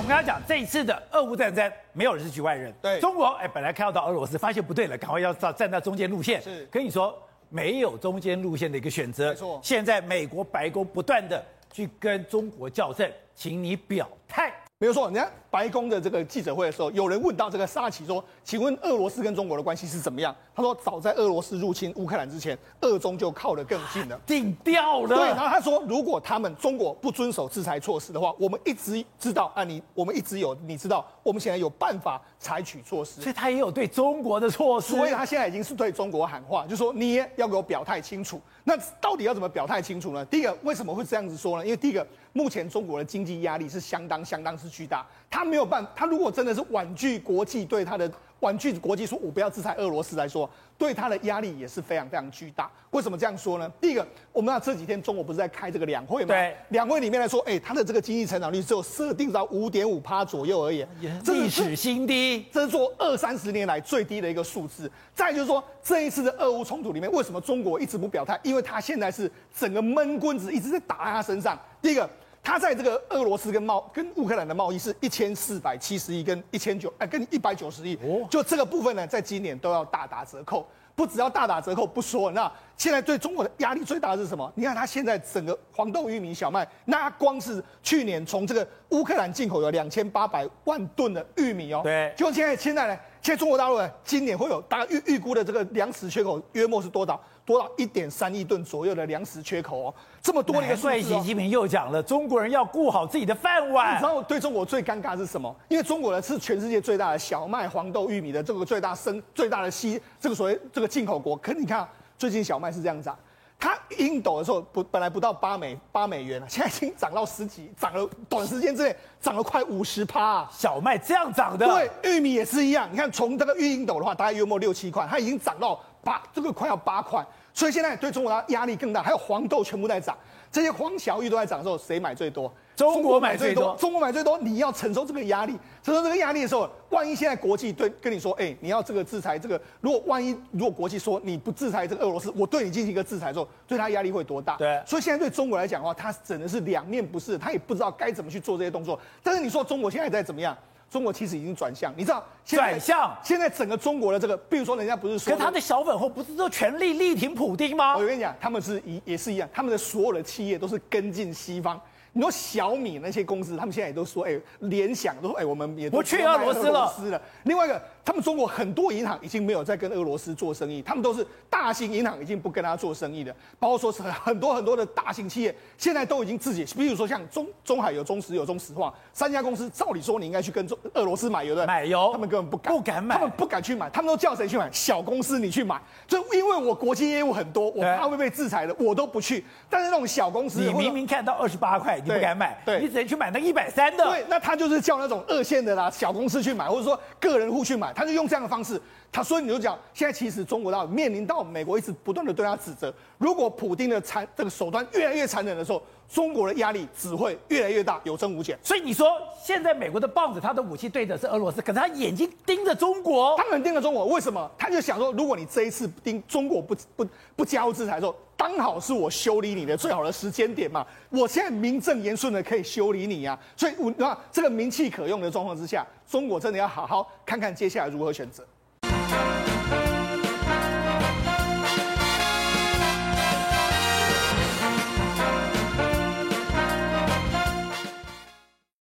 们刚刚讲这一次的俄乌战争，没有人是局外人。对中国哎，本来看到俄罗斯，发现不对了，赶快要站站到中间路线。是跟你说没有中间路线的一个选择。没错现在美国白宫不断的去跟中国校正，请你表态。没有错，你看白宫的这个记者会的时候，有人问到这个沙奇说：“请问俄罗斯跟中国的关系是怎么样？”他说：“早在俄罗斯入侵乌克兰之前，俄中就靠得更近了。”定掉了。对，然后他说，如果他们中国不遵守制裁措施的话，我们一直知道啊，你我们一直有，你知道，我们现在有办法采取措施所。以他也有对中国的措施。所以他现在已经是对中国喊话，就说你也要给我表态清楚。那到底要怎么表态清楚呢？第一个，为什么会这样子说呢？因为第一个，目前中国的经济压力是相当相当之巨大，他没有办，他如果真的是婉拒国际对他的婉拒国际说我不要制裁俄罗斯来说，对他的压力也是非常非常巨大。为什么这样说呢？第一个，我们知道这几天中国不是在开这个两会吗？对两会里面来说，哎、它的这个经济成长率只有设定到五点五趴左右而已，这是历史新低。这是做二三十年来最低的一个数字。再就是说，这一次的俄乌冲突里面，为什么中国一直不表态？因为他现在是整个闷棍子一直在打在他身上。第一个，他在这个俄罗斯跟贸跟乌克兰的贸易是一千四百七十亿跟一千九哎跟一百九十亿哦，就这个部分呢，在今年都要大打折扣。不只要大打折扣不说，那现在对中国的压力最大的是什么？你看它现在整个黄豆、玉米、小麦，那它光是去年从这个乌克兰进口有两千八百万吨的玉米哦，对就现在现在呢，现在中国大陆呢，今年会有大概预预估的这个粮食缺口约莫是多少？多少一点三亿吨左右的粮食缺口哦，这么多的一个难数怪字、哎习哦。近平又讲了，中国人要顾好自己的饭你碗知。道对中国最尴尬是什么？因为中国呢是全世界最大的小麦、黄豆、玉米的这个最大生最大的西这个所谓这个进口国。可你看啊、最近小麦是这样子啊，它英斗的时候不本来不到八美八美元了、啊现在已经涨到十几，涨了短时间之内涨了快五十趴。啊小麦这样长的，，对，玉米也是一样。你看，从这个玉英斗的话，大概约莫六七块，它已经涨到八，这个快要八块。所以现在对中国的压力更大，还有黄豆全部在涨，这些黄小玉都在涨的时候，谁买最多？中国买最多中国买最多，你要承受这个压力，承受这个压力的时候，万一现在国际对跟你说，哎、你要这个制裁这个，如果万一如果国际说你不制裁这个俄罗斯，我对你进行一个制裁之后，对他压力会多大？对所以现在对中国来讲的话，它真的是两面不是，他也不知道该怎么去做这些动作。但是你说中国现在在怎么样？中国其实已经转向，你知道现在转向现在整个中国的这个，比如说人家不是说可他的小粉红不是都全力力挺普丁吗我？跟你讲，他们是一也是一样，他们的所有的企业都是跟进西方。你说小米那些公司，他们现在也都说，哎、联想都说，哎、我们也都不去要俄卖罗斯了俄罗斯了。另外一个，他们中国很多银行已经没有在跟俄罗斯做生意，他们都是大型银行已经不跟他做生意了，包括说是很多很多的大型企业，现在都已经自己，比如说像中中海油、中石油、中石化三家公司，照理说你应该去跟中俄罗斯买油 的，买油他们根本不敢，不敢买他们不敢去买，他们都叫谁去买？小公司你去买，就因为我国际业务很多，我对怕会被制裁的，我都不去。但是那种小公司，你或者明明看到二十八块，你不对敢买，对你只能去买那一百三的。对，那他就是叫那种二线的啦，小公司去买，或者说个人户去买，他就用这样的方式。他所以你就讲，现在其实中国到面临到美国一直不断的对他指责，如果普丁的残这个手段越来越残忍的时候，中国的压力只会越来越大，有增无减。所以你说现在美国的棒子，他的武器对的是俄罗斯，可是他眼睛盯着中国他。们盯着中国，为什么？他就想说，如果你这一次盯中国不不不加入制裁的时候，刚好是我修理你的最好的时间点嘛。我现在名正言顺的可以修理你嗯啊，所以我那这个名气可用的状况之下，中国真的要好好看看接下来如何选择。